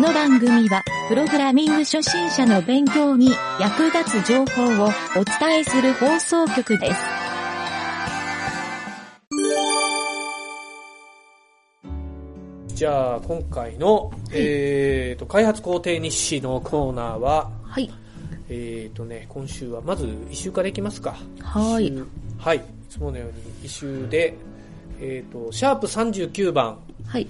の番組は、プログラミング初心者の勉強に役立つ情報をお伝えする放送局です。じゃあ今回の、えーと開発工程日誌のコーナーは、はい。えーとね、今週はまず一週からいきますか。は一い。周はい。いつものように一週で、えーと、シャープ39番、はい。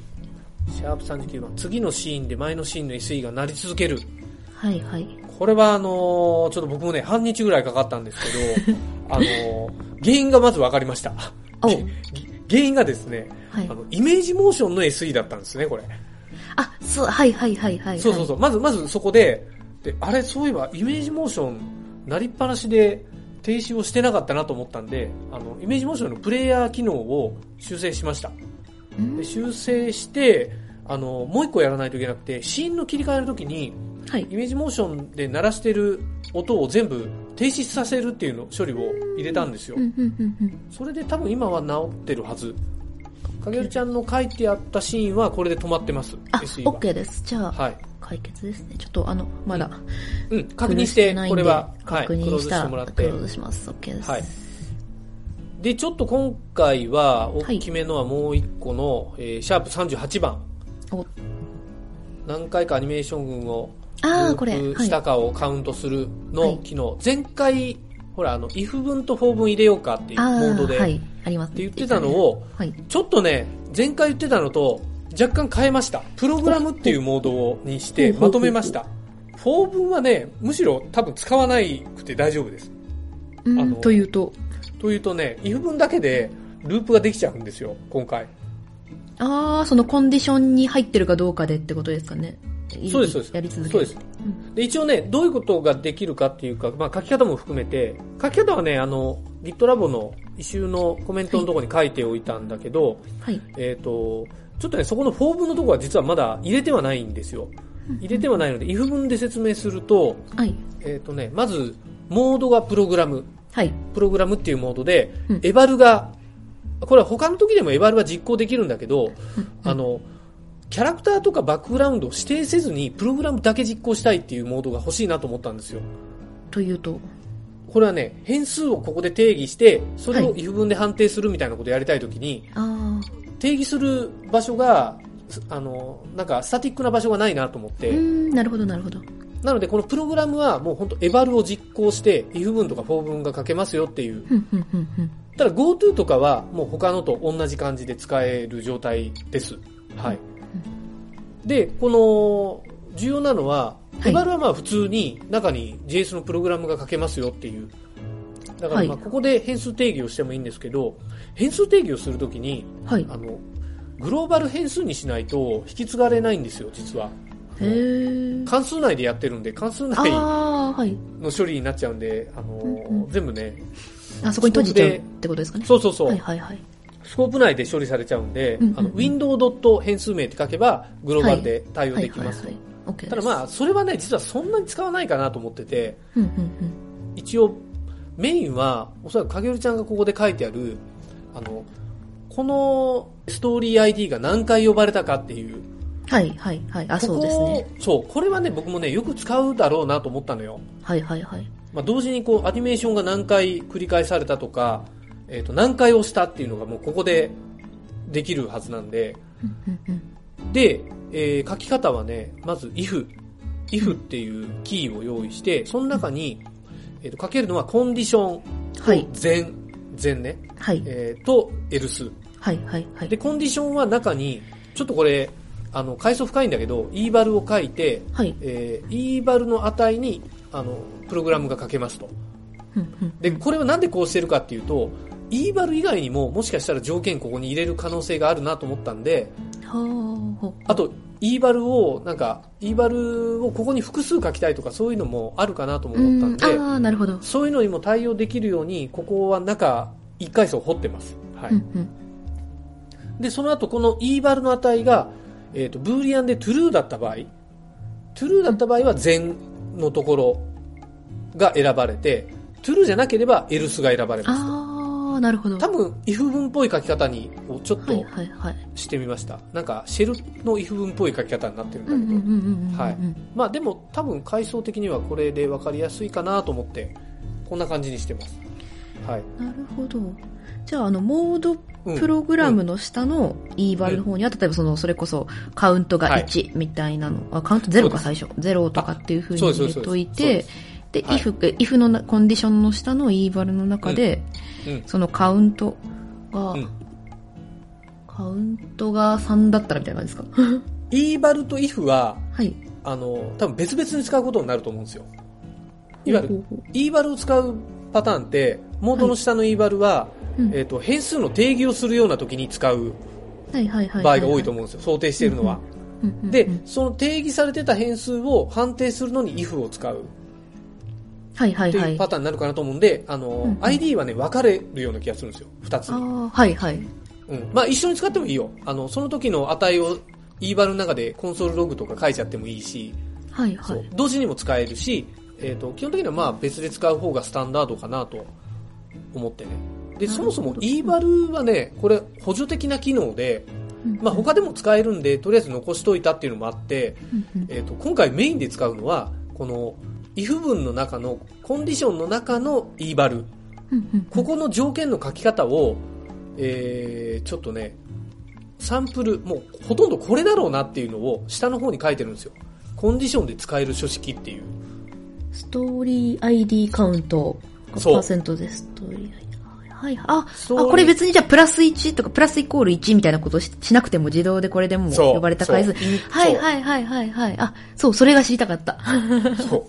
シャープ39番、次のシーンで前のシーンの SE がなり続ける。はい。はい。これはあのーちょっと僕もね、半日ぐらいかかったんです けど、あのー原因がまず分かりました。 お原因がですね、はいあ。の、イメージモーションの SE だったんですね、これ。あ、そう、はいはいはいはい。そうそうそう。まず、まずそこで、で、あれ、そういえば、イメージモーション、なりっぱなしで、停止をしてなかったなと思ったんで、あの、イメージモーションのプレイヤー機能を修正しました。う。んで、修正して、あの、もう一個やらないといけなくて、シーンの切り替えの時に、はい。イメージモーションで鳴らしてる音を全部停止させるっていうの処理を入れたんですようん。うんうんうん。それで多分今は治ってるはず。かげるちゃんの書いてあったシーンはこれで止まってます。あ、 SE は OK です。じゃあ、はい。解決ですね。ちょっとあの、まだ、うん、確認して、これは、は確い、クロ認ーズしたしてら、もらっクてロー。ズします。OK です。はい。で、ちょっと今回は、はい大きめのはもう一個の、えーシャープ38番。お何回かアニメーション群をあー、ルこれ。ープはしい。たかをカウントするはのい機能。前回、ほら、あの、if 文と for 文入れようかっていうモあードで、ーはっい。あります。て言ってたの。を、はい。ちょっとね、前回言ってたのと若干変えました。プログラムっていうモードにしてまとめました。4文はね、むしろ多分使わないくて大丈夫です。うあんのというと、というとね、if 文だけでループができちゃうんですよ、今回。あー、そのコンディションに入ってるかどうかでってことですかね。いそうです、そうです。やり続ける。そうです。で、一応ね、どういうことができるかっていうか、まあ書き方も含めて、書き方はね、あの、GitLab の一周のコメントのところに書いておいたんだけど、はい。えっ、と、ちょっとね、そこの4文のところは実はまだ入れてはないんですよ。入れてはないので、if 文で説明すると、はい。えっ、とね、まず、モードがプログラム。はい。プログラムっていうモードで、うんエバルが、これは他の時でもエバルは実行できるんだけど、あの、キャラクターとかバックグラウンドを指定せずに、プログラムだけ実行したいっていうモードが欲しいなと思ったんですよ。というと、これはね、変数をここで定義して、それはをい if 文で判定するみたいなことをやりたいときに、あ定義する場所が、すあの、なんかスタティックな場所がないなと思っー。うーて、ん、なるほど、なるほど。なのでこのプログラムはもう本当エバルを実行して、if 文とか for 文が書けますよっていう。ふんふんふんふん。ただ GoTo とかはもう他のと同じ感じで使える状態です。はい。で、この、重要なのは、はいエバルはまあ普通に中に JS のプログラムが書けますよっていう。だからまはあいここで変数定義をしてもいいんですけど、変数定義をするときに、はい。あの、グローバル変数にしないと引き継がれないんですよ、実は。へー。関数内でやってるんで、関数内あー、はい。の処理になっちゃうんで、あの、うんうん全部ね、あそこに閉じちゃうってことですかね。そうそうそう、はいはいはい。スコープ内で処理されちゃうんで、うんうんうんあの window. 変数名って書けば、グローバルで対応できます。はいはいはい。OK です。ただまあ、それはね、実はそんなに使わないかなと思ってて、うんうんうん。一応、メインは、おそらく影るちゃんがここで書いてある、あの、このストーリー ID が何回呼ばれたかっていう、はいはいはい。あ、ここそうですね。そう、これはね、僕もね、よく使うだろうなと思ったのよ。はいはいはい。まあ、同時にこう、アニメーションが何回繰り返されたとか、えっ、と、何回押したっていうのがもうここでできるはずなんで、うんうんうん。で、えー書き方はね、まず if、if っていうキーを用意して、その中に、えー、と書けるのはコンディション、はい。全、全ね、はい。えーと else。はいはいはい。で、コンディションは中に、ちょっとこれ、あの、階層深いんだけど、e バルを書いて、はい。えー、e バルの値に、あの、プログラムが書けますと。うんうんで、これはなんでこうしてるかっていうと、e バル以外にも、もしかしたら条件ここに入れる可能性があるなと思ったんで、はーほあと、イーバルを、なんか、イーバルをここに複数書きたいとか、そういうのもあるかなともう思ったんん。あで、ー、なるほど。そういうのにも対応できるように、ここは中、一階層掘ってます。はうんい。で、その後、このイーバルの値が、えっ、と、ブーリアンで true だった場合、true だった場合は全のところが選ばれて、true じゃなければ else が選ばれうん。ます。あああ、なるほど。多分、if 文っぽい書き方に、こうちょっはいとはいはい。してみました。なんか、シェルの if 文っぽい書き方になってるんだうんけうど。んうんうんうんうん。はいまあでも、多分、階層的にはこれで分かりやすいかなと思って、こんな感じにしてます。はい。なるほど。じゃあ、あの、モードうんプログラムの下の E バルの方には、例えばその、それこそカウントが1みたいなの、あ、カウント0か最初、0とかっていう風にそうです入れといそうでてす、で、はい if、え if のなコンディションの下の E バルの中で、うんうんそのカウントが、うんカウントが3だったらみたいな感じですか e バルと if は、はい。あの、多分別々に使うことになると思うんですよ。いわゆほうる、ほうほ e バルを使うパターンって、モードの下の e バルは、ううんえっと、変数の定義をするような時に使うはいはいはい。場合が多いと思うんですよ。想定しているのは。うんうんうん。で、その定義されてた変数を判定するのに if を使うはいはいって。はいいうパターンになるかなと思うんで、あうんうのん、 ID はね、分かれるような気がするんですよ。二つあに。あ、はいはい。うん。まあ、一緒に使ってもいいよ。あの、その時の値を e バルの中でコンソールログとか書いちゃってもいいし、はいはそうい。。同時にも使えるし、えっと、基本的にはまあ別で使う方がスタンダードかなと思ってね。で、なるそほもどそも e バルはね、これ補助的な機能で、うんまあ、他でも使えるんで、とりあえず残しといたっていうのもあって、うんうんえっと今回メインで使うのはこの if 文の中のコンディションの中の e バルうんうんここの条件の書き方を、えー、ちょっとねサンプルもうほとんどこれだろうなっていうのを下の方に書いてるんですよコンディションで使える書式っていうストーリー ID カウントがパそうーセントでストーリー ID。はいはい。あ、スあトーリーこれ別にじゃあプラス1とかプラスイコール1みたいなことししなくても自動でこれでもうそう呼ばれた回数。そういはいはいはいはいはい。あ、そう、それが知りたかった。 そう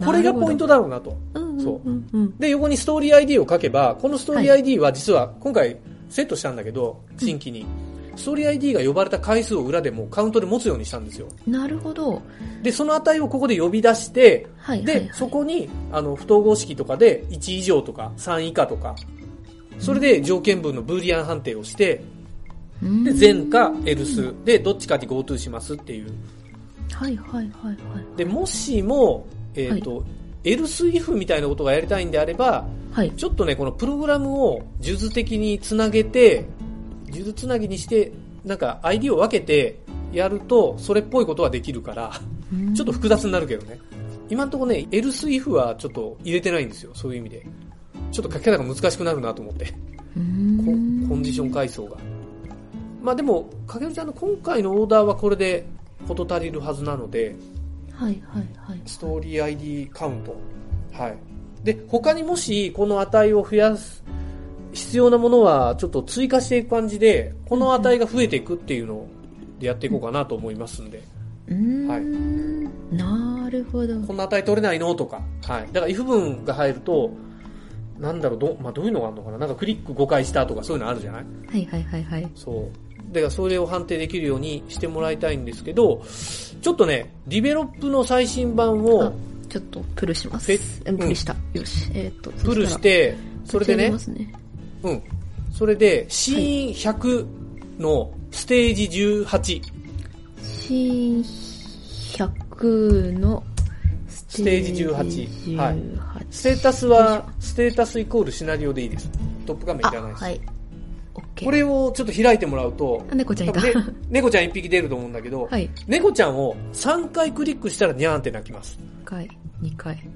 どこれがポイントだろうなとうんうんそううんうん。で横にストーリー ID を書けばこのストーリー ID は実は今回セットしたんだけど新規に、ストーリー ID が呼ばれた回数を裏でもうカウントで持つようにしたんですよなるほど。で、その値をここで呼び出して、はいはい、はい。で、そこに、あの、不等号式とかで1以上とか3以下とか、それで条件分のブーリアン判定をして、うんで、全かエルスでどっちかに GoTo しますっていう。はいはいはいはい。で、もしも、えっ、と、エルスイフみたいなことがやりたいんであれば、はい。ちょっとね、このプログラムを数珠的につなげて、数珠つなぎにして、なんか ID を分けてやると、それっぽいことはできるから、ちょっと複雑になるけどね。今んとこね、エルスイフはちょっと入れてないんですよ。そういう意味で。ちょっと書き方が難しくなるなと思って。こうん、コンディション階層が。まあでも、かけるちゃんの今回のオーダーはこれで事足りるはずなので、はいはいはい。ストーリー ID カウント。はい。で、他にもしこの値を増やす必要なものはちょっと追加していく感じで、この値が増えていくっていうのをやっていこうかなと思いますんで。うーん、なるほど。こんな値取れないのとか。はい。だから if 文が入ると、なんだろう、ど、まあ、どういうのがあるのかななんかクリック誤解したとかそういうのあるじゃないはいはいはいはい。そう。だからそれを判定できるようにしてもらいたいんですけど、ちょっとね、ディベロップの最新版あをちょっとプルしますえ。うんプルした。よし。えーっと、プルして、そそれしたでら立ち上げねま、すね。うん。それで、シーン100のステージ18、新100のスステージ18 18はいステータスは、ステータスイコールシナリオでいいです。トップ画面いあ、らないです。はい。オッケー。これをちょっと開いてもらうと、あ、猫ちゃんいた。多分ね猫ちゃん一匹出ると思うんだけど、 はい。猫ちゃんを3回クリックしたらニャーンって鳴きます。 1回、2回。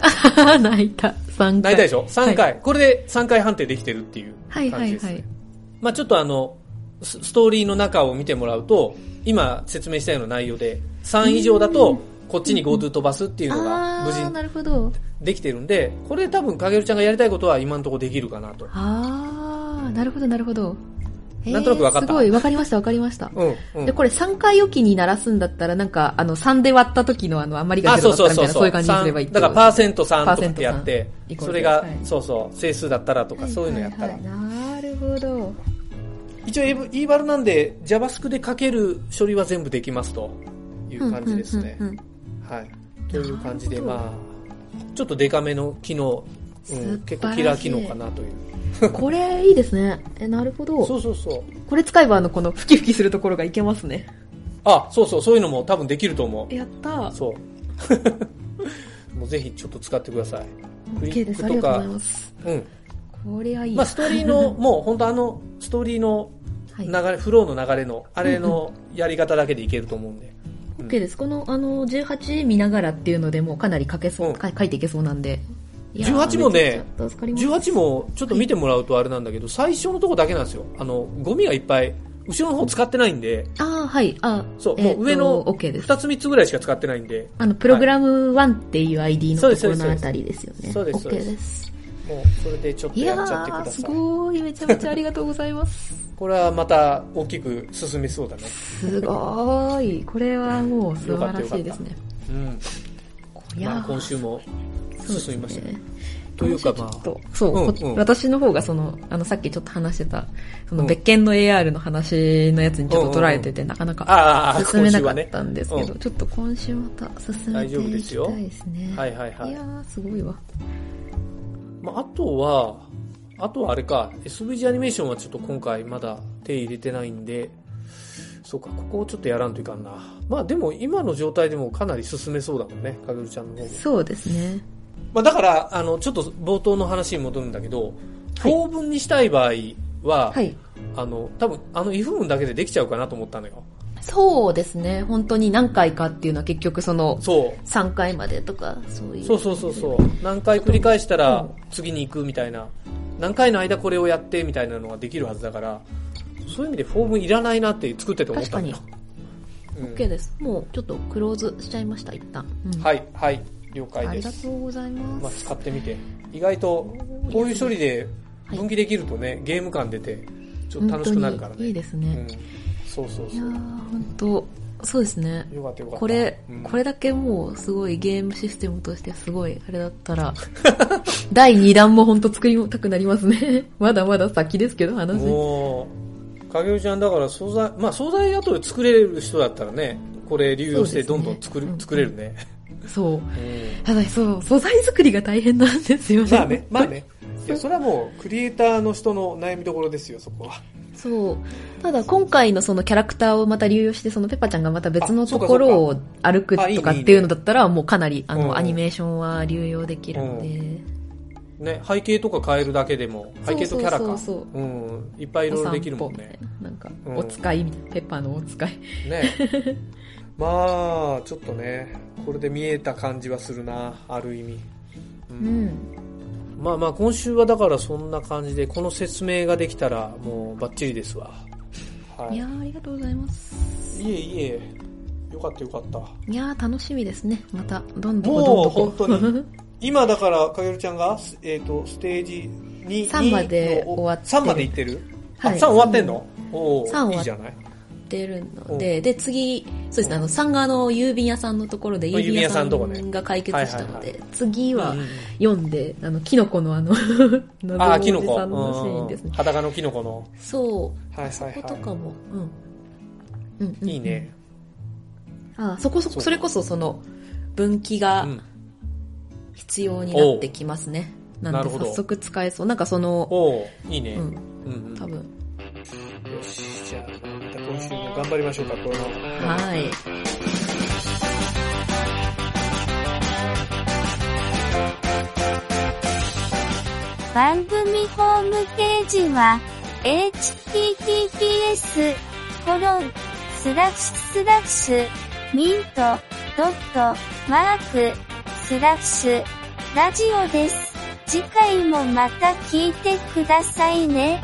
あはは泣いた。3回。鳴いたでしょ ?3 回、はこれで3回判定できてるっていうはいは感じいです、ねは。い。まあちょっとあの、スストーリーの中を見てもらうと、今説明したような内容で、3以上だと、こっちに GoTo 飛ばすっていうのが無あ事ー、になるほど。できてるんで、これ多分かげるちゃんがやりたいことは今のところできるかなと。あー、なるほどなるほど。えーなんとなくわかったすごい、わかりましたわかりました。うん、うんで、。これ3回おきに鳴らすんだったら、なんか、あの、3で割った時のあの、あまりがあ、ゼロそうだったらそうみたそいうな、そそう。ういう感じにすればいいってだからパーセント3とかってやってパーセン、ト3それがはい、そうそう、整数だったらとか、そういうのやったはい。らはいなるほど。一応 e バルなんで JavaScript で書ける処理は全部できますという感じですねうん。うんうんはい。という感じで、なるほどまあ、ちょっとデカめの機能、う素晴らんしい結構キラー機能かなという。うんこれ、いいですね。え、なるほそど。うそうそう。これ使えば、あの、この、ふきふきするところがいけますね。あ、そうそう、そういうのも多分できると思やったう。ー。そう。もうぜひちょっと使ってください。クリ OK でッす。クありとがとうごかざい、ます。うん。ここれはいい。まあ、ストーリ ーの、もう本当あの、ストーリーのはい流。れ、フローの流れの、あれのやり方だけでいけると思うんで。 OK です。この、あの、18見ながらっていうのでもうかなり書けそう、うんか書いていけそうなんで。いやー18もね、めちゃくちゃ助かります18もちょっと見てもらうとあれなんだけど、最初のとこだけなんですよ。あの、ゴミがいっぱい、後ろの方使ってないんで、ああ、はい。あそうえーともう上の OK です。 2つ3つぐらいしか使ってないんで、あの、プログラム1っていう ID のそうでとすころそうのであすたりですよね。そうです OK そうですです。もうそれでちょっといややっちゃってくだー、すさい。ごい。めちゃめちゃありがとうございます。これはまた大きく進みそうだね。すごーい。これはもう素晴らしいですね。うん。いやまあー今週も進みましたね。とそういでうすねかまちょっあ、とそう、うこんうん私の方がその、あの、さっきちょっと話してた、そのうん別件の AR の話のやつにちょっと取られてて、なかなかああ、進今め週なかはっね。たんですけど、うちょっと今週また進めていきたいですね。はいはいはいいや。ー、すごいわ。まあ、あとは、あとはあれか、SVG アニメーションはちょっと今回まだ手入れてないんで、そうか、ここをちょっとやらんといかんな。まあでも今の状態でもかなり進めそうだもんね、かげるちゃんの方も。そうですね。まあだから、あの、ちょっと冒頭の話に戻るんだけど、はい当分にしたい場合は、はい。あの、多分あの if 文だけでできちゃうかなと思ったのよ。そうですね。本当に何回かっていうのは結局その、そう。 3回までとか、そういう。そうそうそうそう。何回繰り返したら次に行くみたいな。何回の間これをやってみたいなのができるはずだから、そういう意味でフォームいらないなって作ってて思っ確かたんだによ。。うん OK です。もうちょっとクローズしちゃいました、一旦。うんはい、はい、了あ解りでがすと。うございます。まあ、使ってみて。意外と、こういう処理で分岐できるとね、ゲーム感出て、ちょっと楽しくなるから本当にいいね。ですうね。ん。そうそういやそー、う。本当そうですね。よかったよかった。これ、うんこれだけもうすごいゲームシステムとしてすごいあれだったら、 第2弾も本当作りたくなりますね。 まだまだ先ですけど、話。もう、影尾ちゃんだから惣菜、まあ惣菜後で作れる人だったらね、これ流用してどんどん作る、そうですね作れるね。そう。うんただ、そう、素材作りが大変なんです よね。まあね、まあね。いや、それはもう、クリエイターの人の悩みどころですよ、そこは。そう。ただ、今回のそのキャラクターをまた流用して、そのペッパちゃんがまた別のあそとうかころそを歩くあいいねとかっていうのだったら、もうかなり、あうんうんの、アニメーションは流用できるので、ね、背景とか変えるだけでも、背景とキャラそか。うそううん、いっぱいいろいろできるもんね。お散歩みたいな。なんか、うんお使いみたいな、ペッパーのお使い。ね。 まあ、ちょっとね、これで見えた感じはするな、ある意味。う、うんん。まあまあ、今週はだからそんな感じで、この説明ができたら、もうバッチリですわ。はいいやー、ありがとうございます。いえいえ、よかったよかった。いやー、楽しみですね。また、どんどこもうどん本ど当こ。に 今だからかげるちゃんが、すえー、とステージにサンバで終わってる3まで行ってる、はいあ3終わってんのおおサン終いわっいじゃないってるので、で、次、そうですね、あの、三があの、郵便屋さんのところで、郵郵便便屋屋ささんのとこねんが解決したのはいはで、次はうんうん、読んで、あの、キノコのあの、 謎あのおーキノじコさんのシーンですうんね。裸のキノコのそう、はいはいこことはかも、うん。うん、うん。いいいね、あ、そこそそうこ、それこそその、分岐うがん、必要になってきますね。ななのるで、ほど早速使えそう。なんかその、おおいいね、ううんん、うん多分。よしじゃあまた今週も頑張りましょうかこのはい。番組ホームページは、https, コロン、スラッシュスラッシュ、ミント、ドット、マーク、スラッシュ、ラジオです。次回もまた聞いてくださいね。